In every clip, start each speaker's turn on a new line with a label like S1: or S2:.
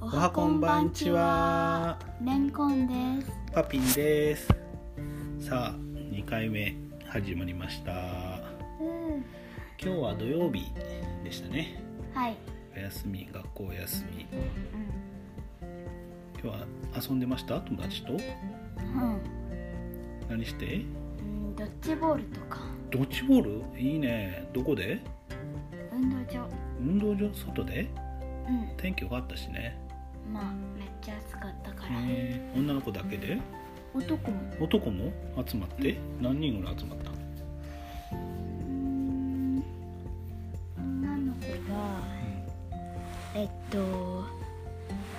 S1: おはこんばんちは
S2: レンコンです
S1: パピンですさあ2回目始まりました
S2: うん
S1: 今日は土曜日でしたね
S2: はい
S1: お休み学校お休み
S2: う
S1: 今日は遊んでました友達と
S2: ん、
S1: 何して
S2: うん、ドッジボールとか
S1: ドッジボールいいねどこで
S2: 運動場
S1: 運動場外で
S2: うん
S1: 天気良かったしね
S2: まあめっちゃ暑かったから
S1: へー女の子だけで
S2: 男も
S1: 男も集まって何人ぐらい集まった
S2: うん女の子はえっと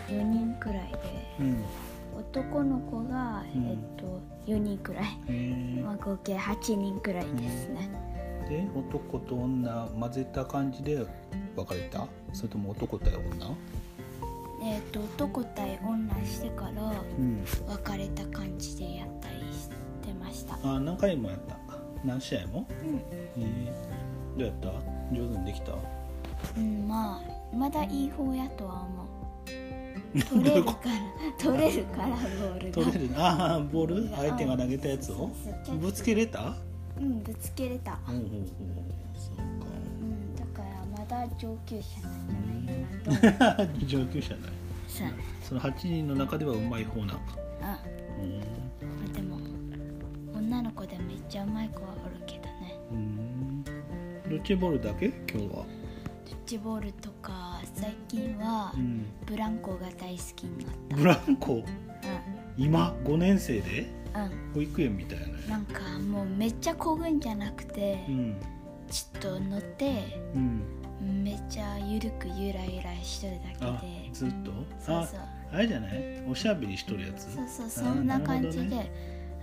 S2: 4人くらいで
S1: うん、
S2: 男の子が、
S1: うん
S2: えっと4人くらい、
S1: へ
S2: まあ、合計8人くらいですね、
S1: ーで男と女混ぜた感じで別れたそれとも男対女
S2: えっと男対女してから
S1: うん
S2: 別れた感じでやったりしてました
S1: あ何回もやったんか何試合も
S2: うん、
S1: へえどうやった上手にできた
S2: うん、まあまだいい方やとは 思う取れるから取れるからボールが
S1: 取れるああボール相手が投げたやつを
S2: そう
S1: ぶつけれた
S2: うんぶつけれた
S1: うんうんうんそうか
S2: うんだからまだ上級者なんじゃないかなと
S1: 上級者だね
S2: そう
S1: その8人の中ではうまい方なんか
S2: うんまあでも女の子でめっちゃうまい子はおるけどね
S1: うんうんドッジボールだけ今日は
S2: ドッジボールとか最近は
S1: うん
S2: ブランコが大好きになっ
S1: ブランコ
S2: た
S1: 今5年生で
S2: うんうん
S1: 保育園みたいなね
S2: なんかもうめっちゃこぐんじゃなくて、
S1: うん
S2: ちょっと乗って
S1: うん
S2: めっちゃゆるくゆらゆらしとるだ
S1: あ
S2: けで
S1: ずっと
S2: そう
S1: あ
S2: そう
S1: あれじゃないおしゃべりしとるやつ
S2: そうそうそ
S1: あー
S2: んな
S1: るほど
S2: 感
S1: ね
S2: じで、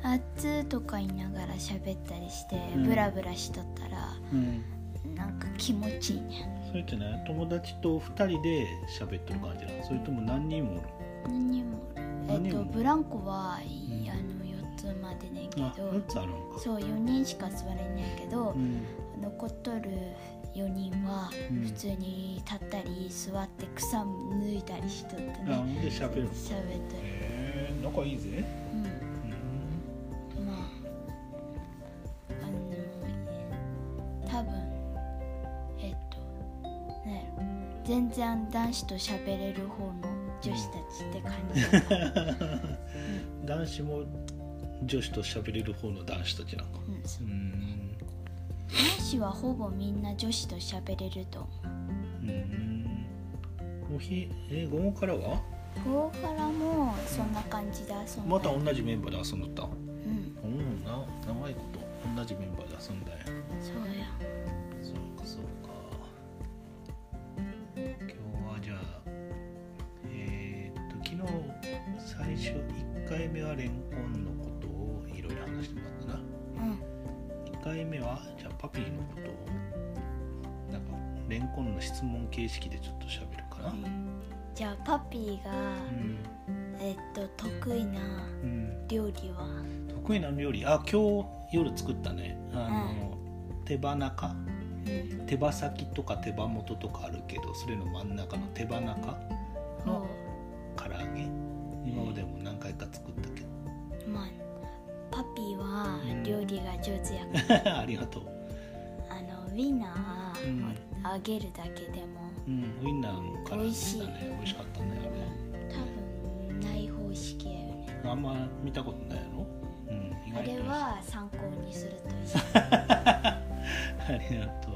S2: あっつーとか言いながら喋ったりして、
S1: うん
S2: ブラブラしとったら
S1: うん
S2: なんか気持ちいいね
S1: それってね友達と2人で喋っとる感じなのそれとも何人もおる
S2: 何にもえ
S1: 何
S2: っ
S1: 人
S2: と
S1: も
S2: ブランコは、
S1: ん
S2: あの4つまでねんけ
S1: あ
S2: ど
S1: 4つあるのか
S2: そう4人しか座れんねんけど
S1: う、ん
S2: 残っとる4人は
S1: うん
S2: 普通に立ったり座って草抜いたりしとった
S1: あほ
S2: ね
S1: んで喋るの
S2: 喋っとる
S1: へえ仲いいぜ
S2: うん
S1: うん
S2: まああの多分えっとね全然男子と喋れる方の女子たちって感じだから、
S1: 男子も女子と喋れる方の男子たちなんか
S2: うんそううん男子はほぼみんな女子と喋れると思
S1: うんおひえ午後からは
S2: うここからもそんな感じで遊んだ
S1: また同じメンバーで遊んどった
S2: うん
S1: おおな長いこと同じメンバーで遊んだんや
S2: そうや
S1: そうかそうか今日はじゃあえーっと昨日最初1回目はレンコンのことをいろいろ話してもらっ
S2: うん
S1: たな2回目はじゃあパピーのことをなんかレンコンの質問形式でちょっと喋るかな
S2: じゃあパピーが、
S1: うん、
S2: えっと得意な
S1: うん、
S2: 料理は
S1: 得意な料理あ今日夜作ったねあの、手羽中
S2: うん
S1: 手羽先とか手羽元とかあるけどそれの真ん中の手羽中の
S2: ほ
S1: 唐揚げ今までも何回か作ったけ
S2: うまあパピーは
S1: うん
S2: 料理が上手やから
S1: ど ありがとう、
S2: あのウィンナ
S1: う
S2: ー
S1: ん
S2: あげるだけでも
S1: うん、ウインナーも唐揚げだね美味しかったね
S2: 多分ない方式やよ
S1: あ
S2: ね
S1: れあんま見たことないやろ、うん、意
S2: あ
S1: 外と美味し
S2: れ
S1: い
S2: は参考にするといい
S1: ありがとう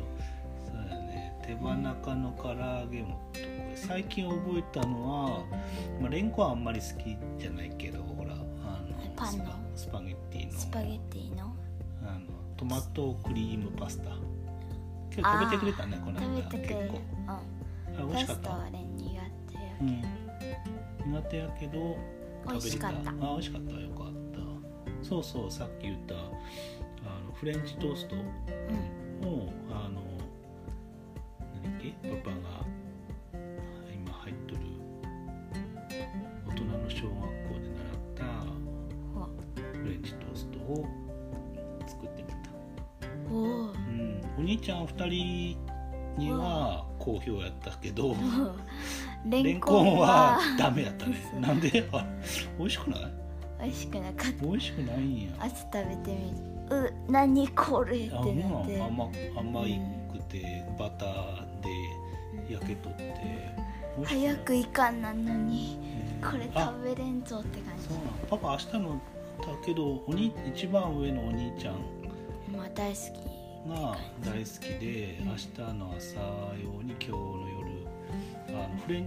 S1: そうだね手羽中の唐揚げもこれ最近覚えたのは、まあ、レンコンはあんまり好きじゃないけどほらあの
S2: パンの
S1: スパスパゲッ ティの
S2: スパゲッティの
S1: あのトマトクリームパスタ今日食べてくれたねこの間
S2: 食べてくれる
S1: 結構あ
S2: う
S1: 美
S2: ん
S1: 味
S2: パ
S1: しかっ
S2: スタ
S1: た
S2: はね苦手や
S1: うん、苦手やけど
S2: 美味しかった
S1: 食べれあ美味しかったよかったそうそうさっき言ったあのフレンチトーストを
S2: うん
S1: あの何だっけパパが今入っとる大人の小学校で習
S2: ほ
S1: ったフレンチトーストを作ってみた、
S2: うおー
S1: うん、お兄ちゃん2人には好評やったけど
S2: おーレ
S1: レ
S2: ン
S1: ン
S2: コ
S1: コ
S2: ン
S1: ン
S2: は
S1: はダメやったね
S2: そう
S1: なんであ美味しくない
S2: 美味しくなかっ
S1: 美味しくないんや
S2: た朝食べてみるう何これって
S1: あ
S2: なっ
S1: ほん
S2: て
S1: なら甘甘いくてバターで焼けとって美味し
S2: 早
S1: い
S2: く行かんなのに
S1: うん
S2: これ
S1: あ
S2: 食べれんぞって感
S1: そうなのパパ明日のだけどおに一番上のお兄ちゃん
S2: じまあ大好き
S1: が大好きで明日の朝用に今日の夜あのフレン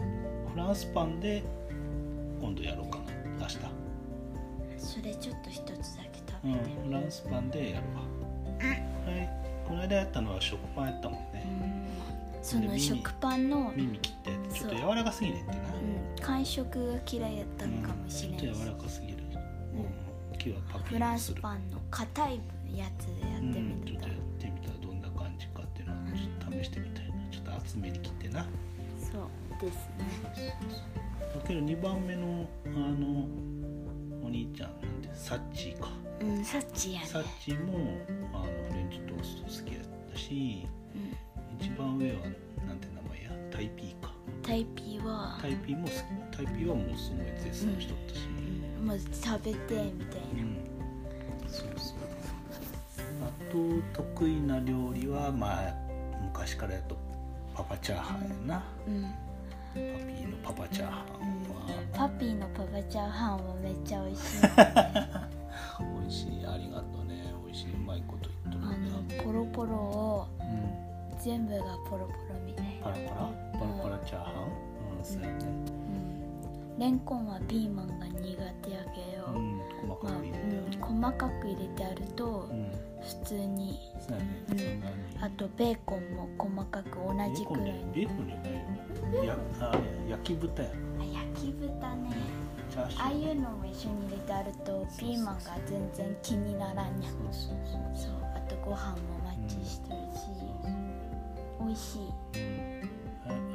S1: フランスパンで今度やろうかな明日、
S2: それちょっと一つだけ
S1: う
S2: 食べて
S1: ん、フランスパンでやるわはいこの間やったのは食パンやったもんね
S2: その食パンの、
S1: 耳切ったやつちょっと
S2: そ
S1: 柔
S2: う
S1: らかすぎねんってな、
S2: うん、感触が嫌いやったんかもしれ
S1: うんん
S2: し
S1: ちょっと柔らかすぎる、
S2: うん
S1: うん、木はパク
S2: フランス
S1: ン
S2: パンの硬いやつでやってみて
S1: ちょったとやってみたらどんな感じかっていうのをちょっと試してみたいなちょっと厚めに切ってな
S2: そうですね
S1: だけど2番目のあのお兄ちゃんなんてサッチーか
S2: うんサッチやね
S1: サッチーもあのフレンチトースト好きやったし一番上はなんて名前やタイピーか
S2: うん、タイピーは
S1: タイピーも好きタイピーはもうすごい絶賛しとったし、
S2: うんもう食べてみたいな
S1: そうそうあと得意な料理はまあ昔からやとパパチャーハンやな
S2: うん
S1: パピーのパパチャーハン
S2: パピーのパパチャーハンはめっちゃ美味し い
S1: は美味しいありがとうね美味しいうまいこと言っと
S2: あ
S1: るな
S2: のポロポロを
S1: うん
S2: 全部がポロポロみたいな、
S1: パラパラパラパラチャーハンうんそうやね
S2: うん、レンコンはピーマンが苦手やけ
S1: う
S2: ど、
S1: ん細か
S2: まあ
S1: く入れてある
S2: うん、細かく入れてあると
S1: うん
S2: 普通に
S1: そうやね
S2: うん
S1: そんなに
S2: あとベーコンも細かく同じくらい
S1: ベーコンじゃベーコンじゃないよやあれ焼き豚や
S2: あ焼き豚ね
S1: チャーシュー
S2: ああいうのも一緒に入れてあると
S1: そう
S2: ピーマンが全然気にならんやん
S1: そうそうそう
S2: そうあとご飯もマッチしてるし、美味しい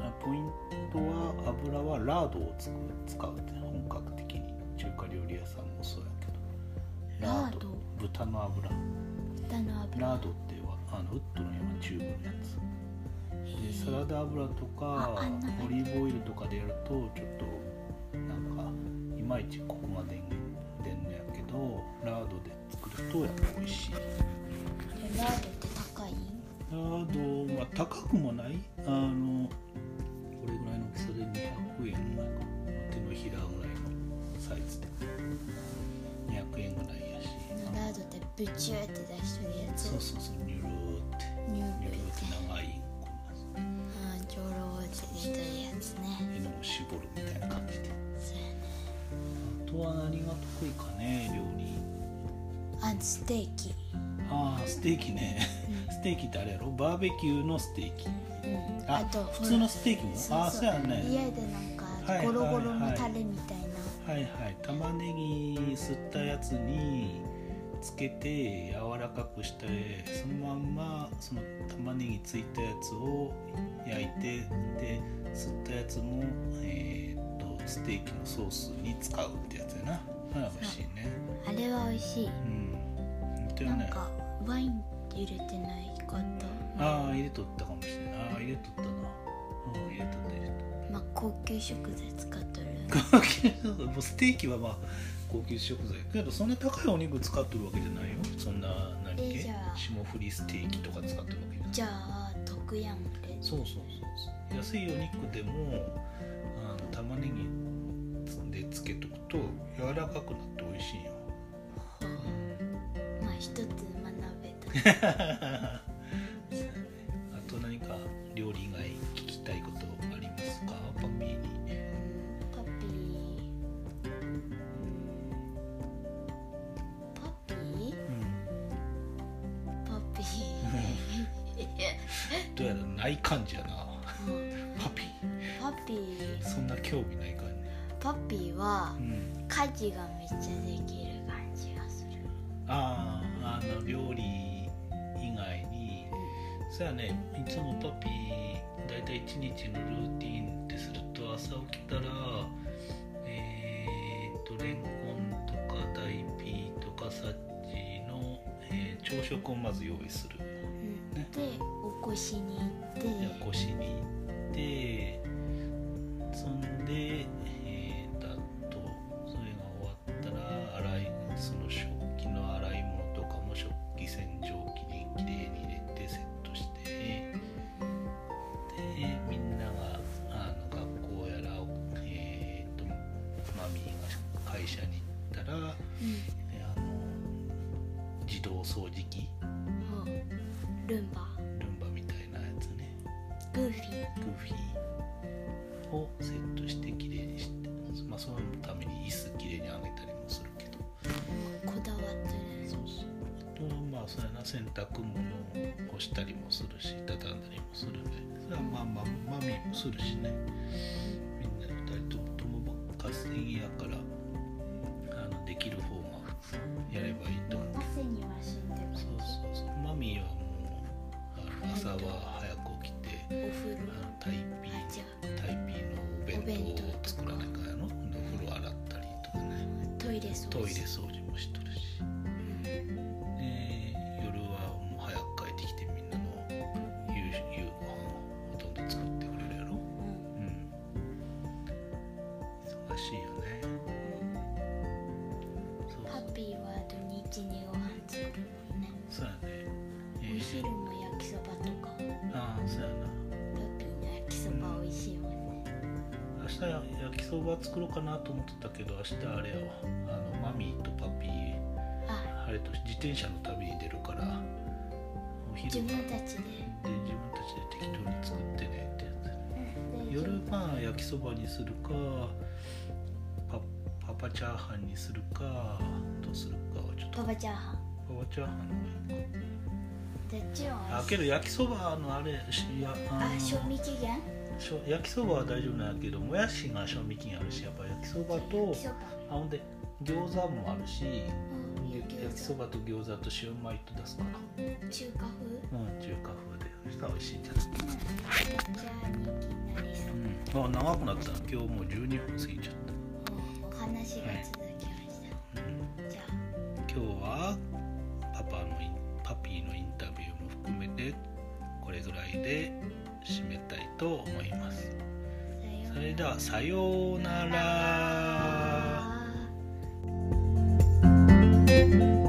S1: あポイントは油はラードをつく使うって本格的に中華料理屋さんもそうやけど
S2: ラード
S1: 豚の油
S2: 豚の油
S1: ラードってはあのウッドのようなチューブのやつでサラダ油と
S2: ああ
S1: か
S2: んなの
S1: オリーブオイルとかでやるとちょっとなんかいまいちここが出ん出んのやけどラードで作るとやっぱ美味しい
S2: えラードって高い
S1: ラードは高くもないあのこれぐらいの大きさで200円ぐらいか手のひらぐらいのサイズで200円ぐらいやし
S2: ラードってブチューって出してるやつ
S1: そうそうそうニュルーって
S2: ニュー
S1: ニ
S2: ル
S1: ュル
S2: っ
S1: ーってて長いこん
S2: あ
S1: な
S2: ージョローって出てるやつね
S1: 絵のを絞るみたいな感じで
S2: そうやね
S1: あとは何が得意かね料理
S2: あステーキ
S1: ああステーキね
S2: う
S1: ステーキってあれやろバーベキューのステーキ
S2: うん
S1: あ
S2: あと
S1: 普通のステーキも
S2: ほら
S1: ああそうやね
S2: 家でなんか
S1: はい
S2: ゴロゴロ
S1: はい
S2: の
S1: はい
S2: タレみたいな、
S1: はいはい玉ねぎ吸ったやつにつけて柔らかくしてそのまんまその玉ねぎついたやつを焼いてで吸ったやつも、えーっとステーキのソースに使うってやつやなあら美味しいね
S2: あれは美味しい、
S1: うん本当よ
S2: なん
S1: ね
S2: かワイン入れてないかと
S1: ああ入れとったかもしれないああ入れとったなうん入れとった入れとった
S2: まあ高級食材使っとる
S1: 高級食 材もうステーキはまあ高級食材けどそんな高いお肉使ってるわけじゃないよそんな何
S2: えじ
S1: 系
S2: ゃあ
S1: 霜降りステーキとか使ってるわけじゃない
S2: じゃあ特やんで
S1: そうそうそうそう安いお肉でもあの玉ねぎでつけとくと柔らかくなって美味しいよ
S2: まあ一つ学べた
S1: そうだねあと何か料理以外聞きたいことありますかパピーに
S2: パピーパピー
S1: うん
S2: パピー
S1: どうやらない感じやな
S2: うん
S1: パピー
S2: パピー
S1: そんな興味ない感
S2: パピーは
S1: じうん
S2: 家事がめっちゃできる感じがする
S1: あああの料理以外にそうやねいつもパピーだいたい1日のルーティンってすると朝起きたらえー、っとレンコンとか大ピーとかサッチの、えー朝食をまず用意する
S2: うんで起こしに行って
S1: やこしに行ってその
S2: ルンバ
S1: ルンバみたいなやつね
S2: グーフィ
S1: グーフィーをセットして綺麗にして、まあ、そのために椅子綺麗に上げたりもするけど
S2: ーこだわってる
S1: そうそうあとまあそれな洗濯物を干したりもするし畳んだりもするねそれはまあまあマミーもするしねみんな2人とも共稼ぎやからあのできる方がやればいいと思う
S2: 汗には死んでる
S1: そうそうそうマミーはもうあの朝は早く起きて
S2: お風呂
S1: あのタイピ
S2: あ
S1: ー
S2: じゃ
S1: タイピーのお弁
S2: お弁
S1: 当を
S2: 当
S1: 作らないからのでお風呂洗ったりとかね
S2: あトイレ掃除
S1: トイレ掃除もしとるし。
S2: うん
S1: で夜はもう早く帰ってきてみんなの夕夕ご飯をほとんど作ってくれるや
S2: う
S1: ろ
S2: ん
S1: うん忙しいよねそう
S2: ハ
S1: そう
S2: ッピーは土日にご飯作るもんね
S1: そうやねえ
S2: お
S1: ー
S2: 昼も焼きそばとか
S1: ああそうやな
S2: ハッピーの焼きそば美味しいもんね
S1: 明日や焼きそば作ろうかなと思ってたけど明日あれやわあのマミーとパピー
S2: あ
S1: あれと自転車の旅に出るからお
S2: 自
S1: 昼は
S2: 分
S1: で
S2: たちで
S1: 自分たちで適当に作ってねってやつ夜
S2: うん
S1: まあ焼きそばにするかパパパチャーハンにするかどうするかはちょっと
S2: パ
S1: パ
S2: パチャーハン
S1: パチャーハンの方がいいか
S2: でチュンは
S1: あけど焼きそばのあれしやあ
S2: あ
S1: の
S2: 賞味期限
S1: しょ焼きそばは大丈夫なんやけどもやしが賞味期限あるしやっぱ焼きそばと
S2: 焼きそば
S1: あほんで餃子もあるし
S2: うん
S1: 焼
S2: 焼き
S1: きそ
S2: そば
S1: ばと餃子とシューマイと出すから
S2: 中華風
S1: うん中華風でそしたら美味しいんじゃない
S2: じゃあ人気になりそう。
S1: うんあ長くなったな今日もう12分過ぎちゃっ
S2: お話が続きました。
S1: た、うん
S2: じゃ
S1: 今日はパパのインパピーのインタビューも含めてこれぐらいで締めたいと思います
S2: あさよ
S1: それではさようなら
S2: うなら。